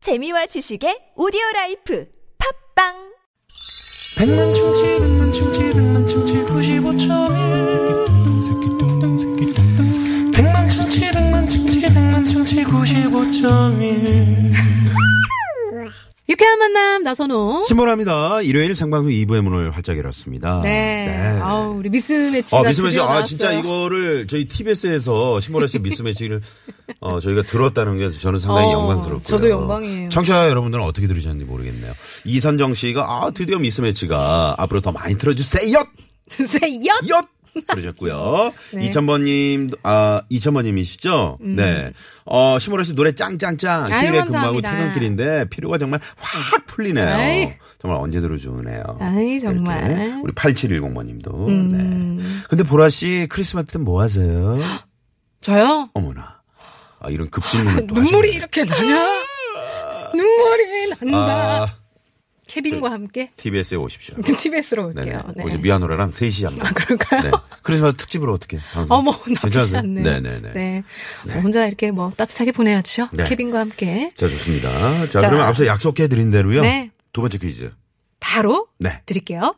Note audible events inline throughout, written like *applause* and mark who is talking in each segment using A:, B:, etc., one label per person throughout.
A: 재미와 지식의 오디오 라이프 팝빵
B: 백만 충치 백만 충치 백만 충치 95.1 백만 충치 백만 충치 백만 충치 95.1
C: 유쾌한 만남 나선호.
D: 신보라입니다. 일요일 생방송 2부의 문을 활짝 열었습니다.
C: 네. 아우 우리 미스매치가
D: 아, 미스매치.
C: 드디어
D: 아,
C: 나왔어요. *laughs*
D: 진짜 이거를 저희 TBS에서 신보라 씨 미스매치를 어, 저희가 들었다는 게 저는 상당히
C: 어,
D: 영광스럽고요.
C: 저도 영광이에요.
D: 청취자 여러분들은 어떻게 들으셨는지 모르겠네요. 이선정 씨가 아, 드디어 미스매치가 앞으로 더 많이 틀어주세요!
C: 진짜 엿.
D: 엿! 그러셨고요.
C: *laughs* 네. 음.
D: 2000번님, 아, 2000번님이시죠? 네. 어, 신보라 씨 노래 짱짱짱.
C: 아유,
D: 휴일의 근무하고
C: 감사합니다.
D: 퇴근길인데 피로가 정말 확 풀리네요.
C: 아이.
D: 정말 언제 들어주네요.
C: 아이, 정말. 음.
D: 이렇게 우리 8710번님도. 네. 근데 보라 씨 크리스마스 때 뭐
C: *gasps*
D: 하세요?
C: 저요?
D: 어머나. 아, 이런 급진문을 또
C: 그 눈물이
D: 하시네.
C: 이렇게 나냐? 눈물이 난다.
D: 아,
C: 케빈과 함께 *laughs*
D: TBS에 오십시오.
C: TBS로
D: 네네.
C: 올게요. 네.
D: 우리 미아노라랑 셋이 한번.
C: 아, 그럴까요?
D: 네. 크리스마스 특집으로 어떻게 방송?
C: *laughs* 어머 나쁘지
D: 괜찮으세요?
C: 않네.
D: 네네네.
C: 네. 어, 혼자 이렇게 뭐 따뜻하게 보내야죠.
D: 네.
C: 케빈과 함께
D: 자, 좋습니다.
C: 자.
D: 자, 그러면 앞서 약속해 드린 대로요.
C: 네.
D: 두 번째 퀴즈.
C: 바로
D: 네.
C: 드릴게요.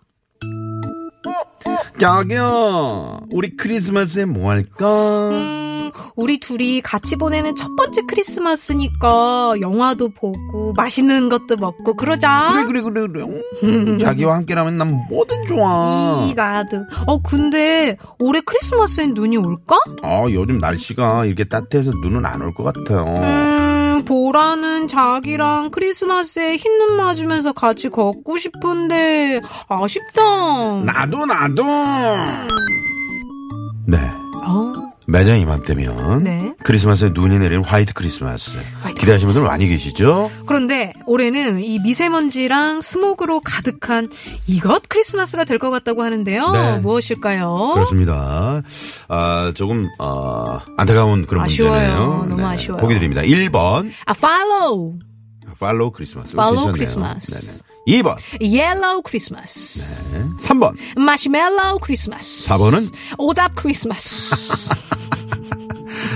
D: 저기요, 우리 크리스마스에 뭐 할까?
C: 음, 우리 둘이 같이 보내는 첫 번째 크리스마스니까 영화도 보고 맛있는 것도 먹고 그러자.
D: 그래, 그래, 그래, 그래. 음, 자기와 함께라면 난 뭐든 좋아.
C: 이가드. 어, 근데 올해 크리스마스엔 눈이 올까?
D: 아, 요즘 날씨가 이렇게 따뜻해서 눈은 안 올 것 같아요.
C: 음, 보라는 자기랑 크리스마스에 흰 눈 맞으면서 같이 걷고 싶은데 아쉽다. 음.
D: 나도, 나도! 음. 네.
C: 어,
D: 매년 이맘때면
C: 네.
D: 크리스마스에 눈이 내리는 화이트 크리스마스
C: 화이트
D: 기대하시는 분들 많이 계시죠?
C: 그런데 올해는 이 미세먼지랑 스모그로 가득한 이것 크리스마스가 될 것 같다고 하는데요.
D: 네.
C: 무엇일까요?
D: 그렇습니다. 아, 조금, 어, 안타까운 그런
C: 아쉬워요.
D: 문제네요.
C: 너무 아쉬워요.
D: 보기 드립니다. 1번,
C: 아, follow.
D: 팔로우 크리스마스.
C: Follow
D: 괜찮네요.
C: 크리스마스.
D: 네네. 2번,
C: yellow 크리스마스.
D: 3번,
C: 마시멜로우 크리스마스.
D: 4번은,
C: 오답
D: *laughs*
C: 크리스마스.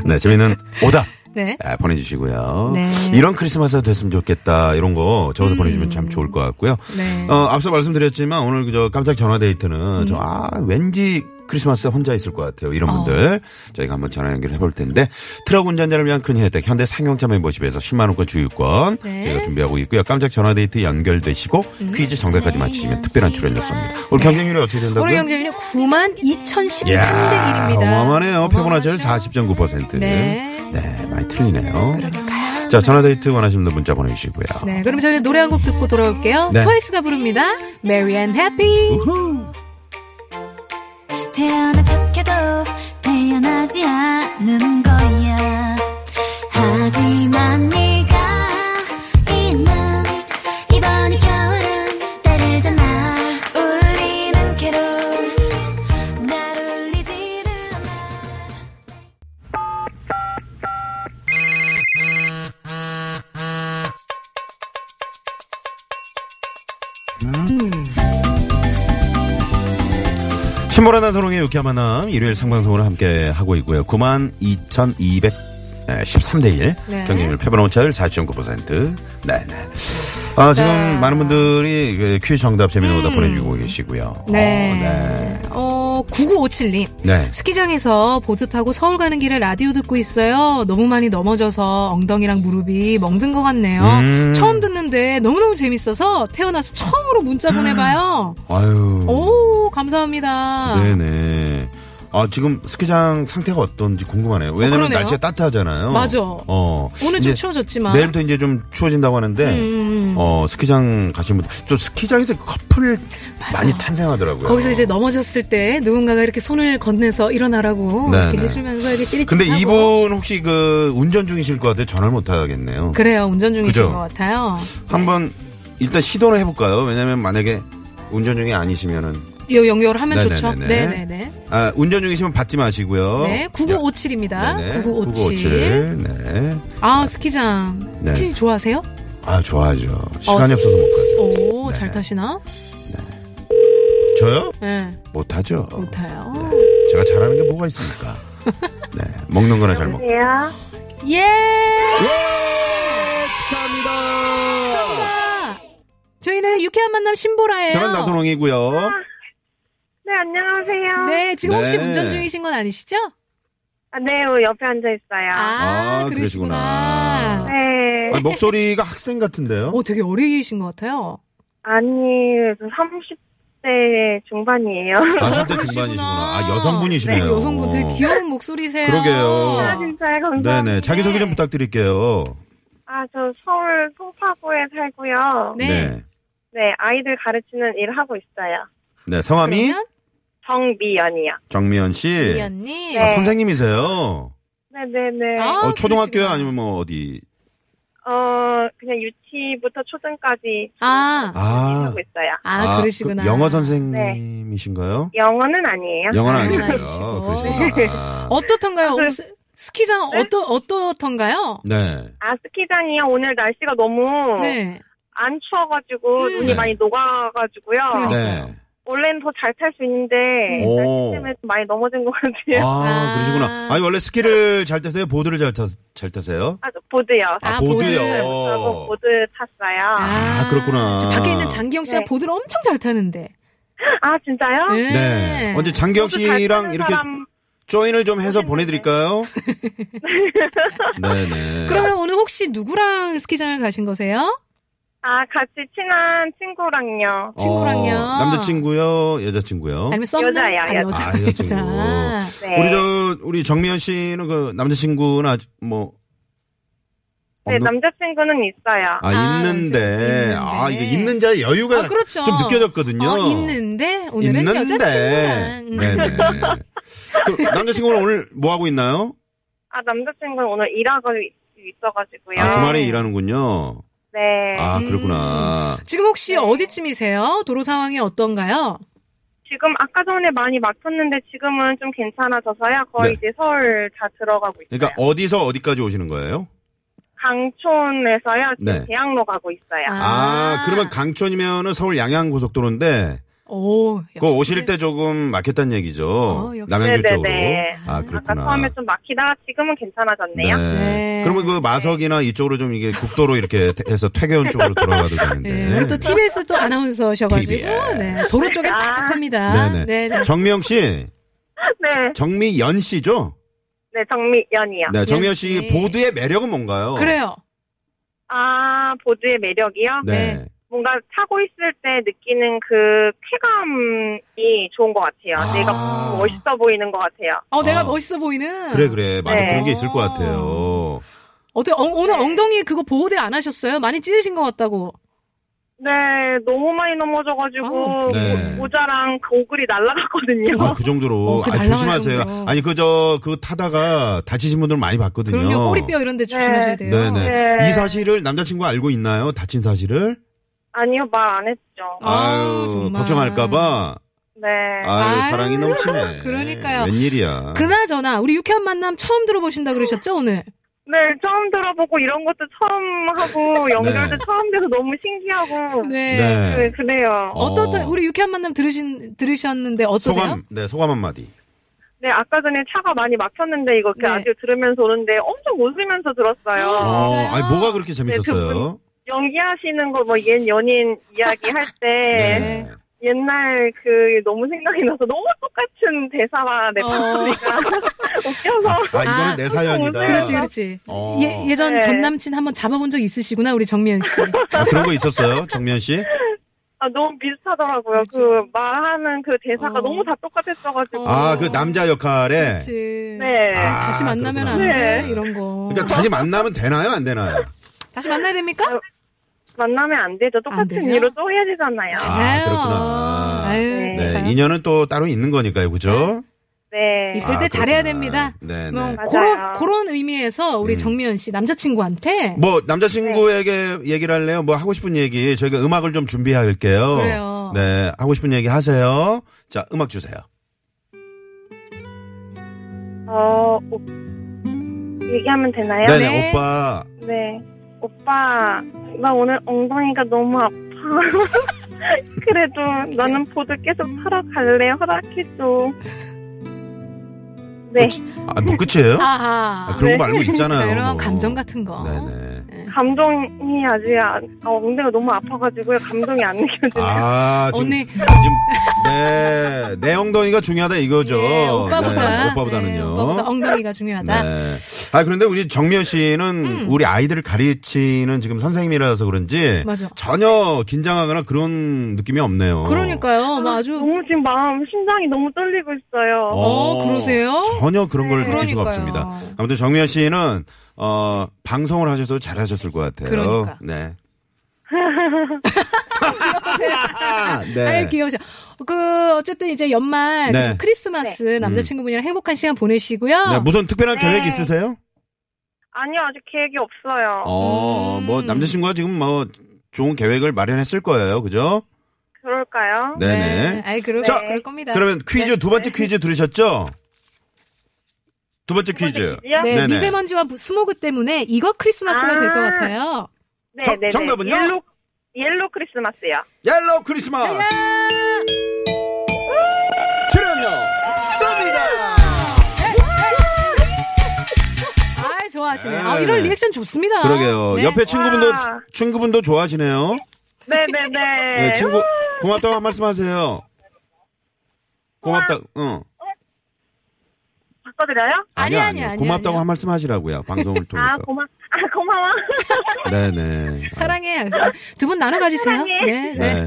D: 네, 재밌는 오답.
C: 네.
D: 아, 보내주시고요.
C: 네. 음.
D: 이런 크리스마스가 됐으면 좋겠다. 이런 거 적어서 보내주면 참 좋을 것 같고요.
C: 네.
D: 어, 앞서 말씀드렸지만 오늘 그저 깜짝 전화 데이트는 저, 아, 왠지 크리스마스에 혼자 있을 것 같아요. 이런
C: 어.
D: 분들 저희가 한번 전화 연결해 볼 텐데 트럭 운전자를 위한 큰 혜택 현대 상용차 멤버십에서 10만 원권 주유권
C: 네. 음.
D: 저희가 준비하고 있고요. 깜짝 전화 데이트 연결되시고 퀴즈 정답까지 맞히시면 특별한 출연료 쏩니다. 오늘 경쟁률이 어떻게 된다고요?
C: 올해 네. 경쟁률 9만 2013대
D: 이야,
C: 1입니다.
D: 어마어마하네요. 피곤하절 40.9%.
C: 네.
D: 네, 많이 틀리네요. 자, 전화데이트 원하시는 분 문자 보내주시고요.
C: 네, 그럼 저희는 노래 한 곡 듣고 돌아올게요.
D: 네.
C: 트와이스가 부릅니다. Merry and Happy.
D: 우후.
E: 태어난 척해도 태어나지 않는 거야 하지만 네가 있는 이번 이 겨울은 때를 잖아 울리는 캐롤 날 울리지를 않아
D: 신보라 나선홍의 유쾌한 만남 일요일 상방송으로 함께 하고 있고요. 9만 2,200 13대 1
C: 네.
D: 경쟁률 패배로 차율 4.9%. 네, 네. 아, 지금
C: 네. 음.
D: 많은 분들이 그 퀴즈 정답 재미는 오다 보내주고 계시고요.
C: 네. 어, 9957님.
D: 어, 네. 네.
C: 스키장에서 보드 타고 서울 가는 길에 라디오 듣고 있어요. 너무 많이 넘어져서 엉덩이랑 무릎이 멍든 것 같네요.
D: 음.
C: 처음 듣는데 너무너무 재밌어서 태어나서 처음으로 문자
D: *gasps*
C: 보내봐요.
D: 아유.
C: 오, 감사합니다.
D: 네네. 아, 지금 스키장 상태가 어떤지 궁금하네요. 왜냐면
C: 그러네요.
D: 날씨가 따뜻하잖아요.
C: 맞아.
D: 어.
C: 오늘
D: 이제
C: 좀 추워졌지만.
D: 내일부터 이제 좀 추워진다고 하는데,
C: 음.
D: 어, 스키장 가신 분들, 또 스키장에서 그 커플
C: 맞아.
D: 많이 탄생하더라고요.
C: 거기서 이제 넘어졌을 때 누군가가 이렇게 손을 건네서 일어나라고
D: 네,
C: 이렇게
D: 네.
C: 해주면서 이렇게 찌릿
D: 근데 이분 혹시 그 운전 중이실 것 같아요. 전화를 못 하겠네요.
C: 그래요 운전 중이신
D: 그죠?
C: 것 같아요.
D: 한번 일단 시도를 해볼까요? 왜냐면 만약에 운전 중이 아니시면은,
C: 요 연결하면
D: 네네네네.
C: 좋죠. 네네네.
D: 아, 운전 중이시면 받지 마시고요.
C: 네, 9957입니다.
D: 네네.
C: 9957.
D: 9957. 네.
C: 아 스키장.
D: 네.
C: 스키 좋아하세요?
D: 아, 좋아하죠. 시간이 없어서 못 가죠.
C: 오,
D: 네네.
C: 잘 타시나?
D: 저요?
C: 예,
D: 못하죠.
C: 못 타요.
D: 네. 제가 잘하는 게
C: *laughs*
D: 뭐가 있습니까? 네, 먹는 거나 잘 먹고.
F: 안녕하세요.
C: 예!
D: 예! 축하합니다.
C: 저희는 유쾌한 만남 신보라예요.
D: 저는 나선홍이고요.
F: 네, 안녕하세요. 네,
C: 네, 지금 혹시
D: 네.
C: 운전 중이신 건 아니시죠?
F: 아, 네 어, 옆에 앉아 있어요.
C: 아,
D: 아,
C: 그러시구나.
D: 그러시구나.
F: 네.
D: 아, 목소리가 학생 같은데요.
C: 어, 되게 어리신 것 같아요.
F: 아니, 그 30대 중반이에요.
D: 아, 30대 중반이시구나. 아, 여성분이시네요.
C: 네, 여성분 되게 귀여운 목소리세요.
D: 그러게요.
F: 아, 진짜요? 감사합니다.
D: 네네. 자기소개 좀 부탁드릴게요.
F: 아, 저 서울 송파구에 살고요.
C: 네.
D: 네.
F: 네, 아이들 가르치는 일 하고 있어요.
D: 네, 성함이
C: 그러면
F: 정미연이요.
D: 정미연 씨.
C: 미연님.
D: 아,
F: 네.
D: 선생님이세요.
F: 네네네.
C: 아,
D: 어, 초등학교요?
C: 그러시구나.
D: 아니면 뭐 어디?
F: 어, 그냥 유치부터 초등까지
C: 아, 아,
D: 아,
F: 하고 있어요.
D: 아, 그
C: 그러시구나. 네.
D: 영어 선생님이신가요?
F: 영어는 아니에요.
D: 영어는
C: 아,
D: 아니고요.
C: 아니시고.
D: 그러시구나.
C: 어떻던가요?
F: 그-
C: 스- 스키장
F: 네.
C: 어떠 어떻던가요?
D: 네.
F: 아, 스키장이요. 오늘 날씨가 너무
C: 네.
F: 안 추워가지고
C: 음.
F: 눈이
D: 네.
F: 많이 녹아가지고요.
C: 그러니까.
D: 네.
F: 원래는 더 잘 탈 수 있는데
D: 오.
F: 날씨 때문에 좀 많이 넘어진 것 같아요.
D: 아,
C: 아.
D: 그러시구나. 아니, 원래 스키를 잘 타세요? 보드를 잘, 타, 잘 타세요?
F: *laughs* 아, 저 보드요.
C: 아,
D: 보드요.
C: 보드.
F: 저하고 보드 탔어요.
D: 어. 아, 그렇구나.
C: 저 밖에 있는 장기영 씨가
F: 네.
C: 보드를 엄청 잘 타는데.
F: 아, 진짜요?
D: 네. 언제 장경
F: 보드 잘
D: 씨랑
F: 타는
D: 이렇게
F: 사람,
D: 조인을 좀 해서 보내드릴까요? 네네.
C: 그러면 오늘 혹시 누구랑 스키장을 가신 거세요?
F: 아, 같이 친한 친구랑요.
C: 친구랑요?
D: 남자친구요? 어, 여자친구요?
C: 아니면 썸남?
F: 여자예요,
C: 아,
F: 여자.
C: *laughs* 여자.
D: 어? 아, 여자친구.
C: 여자.
F: 네.
D: 우리 저, 우리 정미연 씨는 그 남자친구나 아직 뭐.
F: 네,
D: 없는-
F: 남자친구는 있어요.
D: 아,
C: 아,
D: 있는데.
C: 남자친구 있는데.
D: 아, 이거 있는 자의 여유가
C: 아, 그렇죠.
D: 좀 느껴졌거든요.
C: 어, 있는데 오늘은 여자친구랑. 음.
D: 네네. 그 남자친구는 오늘 뭐 하고 있나요?
F: 아, 남자친구는 오늘 일하고 있- 있어가지고요.
C: 네.
D: 아, 주말에 일하는군요.
F: 네.
D: 아,
C: 음.
D: 그렇구나.
C: 지금 혹시
F: 네.
C: 어디쯤이세요? 도로 상황이 어떤가요?
F: 지금 아까 전에 많이 막혔는데 지금은 좀 괜찮아져서야 거의
D: 네.
F: 이제 서울 다 들어가고 있어요.
D: 그러니까 어디서 어디까지 오시는 거예요?
F: 강촌에서요. 지금
D: 네.
F: 계양로 가고 있어요.
C: 아.
D: 아, 그러면 강촌이면은 서울 양양 고속도로인데
C: 오,
D: 그거
C: 역시
D: 오실 때 조금 막혔다는 얘기죠.
C: 어, 역시.
D: 남양주
F: 네네네.
D: 쪽으로. 아,
C: 아까
F: 아까
D: 그렇구나.
F: 처음에 좀 막히다가 지금은 괜찮아졌네요.
C: 네.
D: 그러면 그 마석이나 이쪽으로 좀 이게 국도로 이렇게 태- 해서 퇴계원 쪽으로
C: 네.
D: 돌아가도 되는데.
C: 우리 또 TBS 또 아나운서셔가지고
D: TBS.
C: 네. 도로 쪽에 바삭합니다.
D: 아. 네네.
C: 네, 네.
D: 정미영 씨,
F: 네,
D: 정미연 씨죠?
F: 네 정미연이요.
D: 네, 정미연 씨
C: 씨.
D: 보드의 매력은 뭔가요?
C: 그래요.
F: 아 보드의 매력이요.
D: 네.
F: 뭔가 타고 있을 때 느끼는 그 쾌감이 좋은 것 같아요.
D: 아.
F: 내가 멋있어 보이는 것 같아요.
C: 어, 내가
D: 아.
C: 멋있어 보이는.
D: 그래 그래. 맞아.
F: 네.
D: 그런 게 있을 것 같아요.
C: 어때 엉- 오늘
F: 네.
C: 엉덩이 그거 보호대 안 하셨어요? 많이 찢으신 것 같다고.
F: 네, 너무 많이
D: 아,
F: 넘어져가지고
D: 네.
F: 모자랑 고글이 날아갔거든요.
D: 아, 그 정도로.
C: 어, 그
D: 아,
C: 날라갈
D: 조심하세요.
C: 정도로.
D: 아니, 그, 저, 그 타다가 다치신 분들 많이 봤거든요.
C: 그럼요. 꼬리뼈 이런 데 조심하셔야 돼요.
D: 네네.
F: 네.
D: 이 사실을 남자친구가 알고 있나요? 다친 사실을?
F: 아니요, 말 안 했죠.
C: 아유, 정말.
D: 걱정할까봐.
F: 네.
D: 아유,
C: 아유,
D: 사랑이 넘치네.
C: 그러니까요.
D: 웬일이야.
C: 그나저나 우리 유쾌한 만남 처음 들어보신다 그러셨죠 오늘?
F: 네, 처음 들어보고 이런 것도 처음
D: *laughs*
F: 하고 연결도 처음 돼서 너무 신기하고. 네.
D: 네.
F: 그래요.
D: 어.
C: 어떻든 우리 유쾌한 만남 들으신 들으셨는데 어떠세요?
D: 소감, 네, 소감 한마디.
F: 네, 아까 전에 차가 많이 막혔는데 이거 이렇게
C: 네.
F: 라디오 들으면서 오는데 엄청 웃으면서 들었어요.
C: 아,
D: 어,
C: 진짜요?
D: 아니, 뭐가 그렇게
F: 네,
D: 재밌었어요?
F: 연기하시는 거 뭐 옛 연인 이야기 할
C: *laughs*
F: 때
D: 네.
F: 옛날 그 너무 생각이 나서 너무 똑같은 대사와 내
C: 어.
F: 목소리가
D: 아,
C: *laughs*
F: 웃겨서
D: 아, 이거는
C: 아,
D: 내 사연이다.
C: 그렇지 그렇지.
D: 어.
C: 예, 예전
F: 네.
C: 전 남친 한번 잡아본 적 있으시구나 우리 정미연 씨.
D: 아, 그런 거 있었어요, 정면 씨?
F: 아, 너무 비슷하더라고요. 그 말하는 그 대사가
C: 어.
F: 너무 다 똑같았어가지고.
D: 아, 그 남자 역할에.
C: 그렇지.
F: 네.
D: 아,
C: 다시 만나면 안 돼,
D: 그렇구나.
F: 네.
C: 이런 거.
D: 그러니까 다시 만나면 되나요, 안 되나요?
C: 다시 만나야 됩니까?
F: 만나면 안 되죠.
C: 안
F: 똑같은
C: 되죠?
F: 일로 또 해야 되잖아요.
D: 아,
C: 맞아요.
D: 그렇구나.
C: 아유,
F: 네.
C: 참.
D: 네, 인연은 또 따로 있는 거니까요, 그죠? 아,
F: 네.
C: 있을 때 잘해야
D: 그렇구나.
C: 됩니다.
D: 네,
C: 뭐
D: 네.
C: 그런
F: 맞아요.
C: 그런 의미에서 우리
D: 음.
C: 정미연 씨 남자친구한테
D: 뭐 남자친구에게
C: 네.
D: 얘기를 할래요? 뭐 하고 싶은 얘기 저희가 음악을 좀 준비할게요.
C: 그래요.
D: 네, 하고 싶은 얘기 하세요. 자, 음악 주세요.
F: 어, 오- 얘기하면 되나요?
D: 네네,
C: 네.
D: 오빠.
F: 네. 오빠, 나 오늘 엉덩이가 너무 아파. *laughs* 그래도 나는 보드 계속 타러 갈래. 허락해줘. 네.
D: 아, 뭐 끝이에요?
C: 아하
D: 아, 그런
F: 네.
D: 거 알고 있잖아요.
C: 네. *laughs* 이런
D: 뭐.
C: 감정 같은 거.
D: 네네.
C: 네.
F: 감동이 아직 안, 어, 엉덩이가 너무 아파가지고요. 감동이 안 느껴지네요.
D: 아, 지금,
C: 언니
D: 지금 네, 내 엉덩이가 중요하다 이거죠.
C: 예, 오빠보다
D: 네, 오빠보다는요.
C: 네, 오빠보다 엉덩이가 중요하다.
D: 네. 아 그런데 우리 정미연 씨는
C: 음.
D: 우리 아이들을 가르치는 지금 선생님이라서 그런지
C: 맞아.
D: 전혀 긴장하거나 그런 느낌이 없네요.
C: 그러니까요.
F: 어.
C: 막 아주
F: 너무 지금 마음, 심장이 너무 떨리고 있어요.
C: 어, 그러세요?
D: 전혀 그런 걸 느낄 수가
C: 네. 그러니까요.
D: 없습니다. 아무튼 정미연 씨는 어 방송을 하셔서 잘하셨을 것 같아요.
C: 그러니까. *laughs*
D: 네. 네.
C: 아유 귀여우셔. 그 어쨌든 이제 연말
D: 네. 음.
C: 그 크리스마스 남자친구분이랑 행복한 시간 보내시고요.
D: 네, 무슨 특별한
F: 네.
D: 계획 있으세요?
F: 아니요, 아직 계획이 없어요.
D: 어,
C: 음.
D: 뭐 남자친구가 지금 뭐 좋은 계획을 마련했을 거예요, 그죠?
F: 그럴까요?
D: 네네.
C: 아이 그럴
D: 자,
C: 그럴 겁니다.
D: 그러면
C: 네.
D: 퀴즈 두 번째 퀴즈 들으셨죠? 두 번째
F: 첫 번째
D: 퀴즈.
F: 퀴즈요?
C: 네,
D: 네네.
C: 미세먼지와 스모그 때문에 이거 크리스마스가 될 것
F: 아.
C: 같아요.
F: 네,
D: 정-
F: 네, 네.
D: 정답은요?
F: 옐로, 옐로 크리스마스요.
D: 옐로우 크리스마스. 출연료 쏩니다.
C: 아, 좋아하시네요.
D: 네.
C: 아, 이런 리액션 좋습니다.
D: 그러게요.
C: 네.
D: 옆에 친구분도
F: 와.
D: 친구분도 좋아하시네요.
F: 네네네.
D: 네, 친구 고맙다고 한 말씀하세요. 고맙다. 응.
F: 바꿔드려요?
C: 아니, 아니,
D: 아니요, 아니요.
C: 아니,
D: 고맙다고
C: 아니요.
D: 한 말씀 하시라고요. *laughs* 방송을
F: 아,
D: 통해서.
F: 고마, 아, 고마워.
D: 네네.
C: 사랑해. 두 분 나눠 가지세요. 네. 네.
D: 네.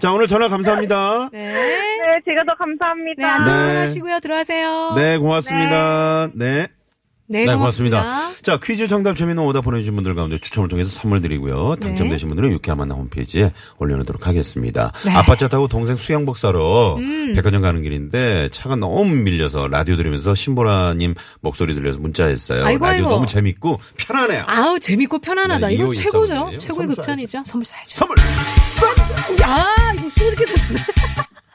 D: 자 오늘 전화 감사합니다.
C: 네.
F: 네, 제가 더 감사합니다.
C: 네, 안전
D: 네.
C: 운전하시고요. 들어가세요.
D: 네 고맙습니다. 네.
C: 네,
D: 자, 퀴즈 정답 재미있는 오답 보내주신 분들 가운데 추첨을 통해서 선물 드리고요.
C: 네.
D: 당첨되신 분들은 유쾌한 만남 홈페이지에 올려놓도록 하겠습니다. 아빠차 타고 동생 수영복 사러
C: 음.
D: 백화점 가는 길인데 차가 너무 밀려서 라디오 들으면서 신보라님 목소리 들려서 문자했어요.
C: 아이고,
D: 라디오
C: 아이고.
D: 너무 재밌고 편안해요.
C: 아우, 재밌고 편안하다.
D: 네,
C: 이건
D: 이거
C: 최고죠.
D: 있었네요.
C: 최고의
D: 선물
C: 극찬이죠. 선물 사야죠.
D: 선물!
C: 야, 이거 소득이 도잖아.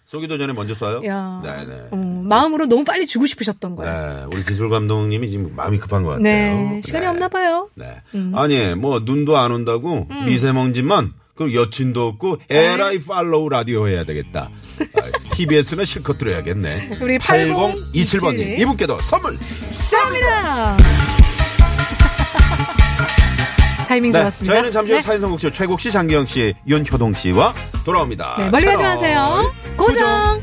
D: 쏘기도 전에 먼저 쏴요?
C: 야.
D: 네네.
C: 어, 마음으로 너무 빨리 주고 싶으셨던 거예요.
D: 네, 우리 기술 감독님이 지금 마음이 급한 것 같아요.
C: 네. 시간이
D: 네.
C: 없나 봐요.
D: 네.
C: 음.
D: 아니, 뭐, 눈도 안 온다고 미세먼지만, 그럼 여친도 없고,
C: 어?
D: 에라이 팔로우 라디오 해야 되겠다. 아, TBS는 실컷 들어야겠네.
C: 우리
D: 8027번님,
C: 8027.
D: 이분께도 선물! *laughs*
C: 쌉니다! 타이밍
D: 네,
C: 좋았습니다.
D: 저희는 잠시 후
C: 네.
D: 사인성국 씨, 최국 씨, 장기영 씨, 윤효동 씨와 돌아옵니다.
C: 네, 멀리 가지
D: 채널
C: 마세요. 고정.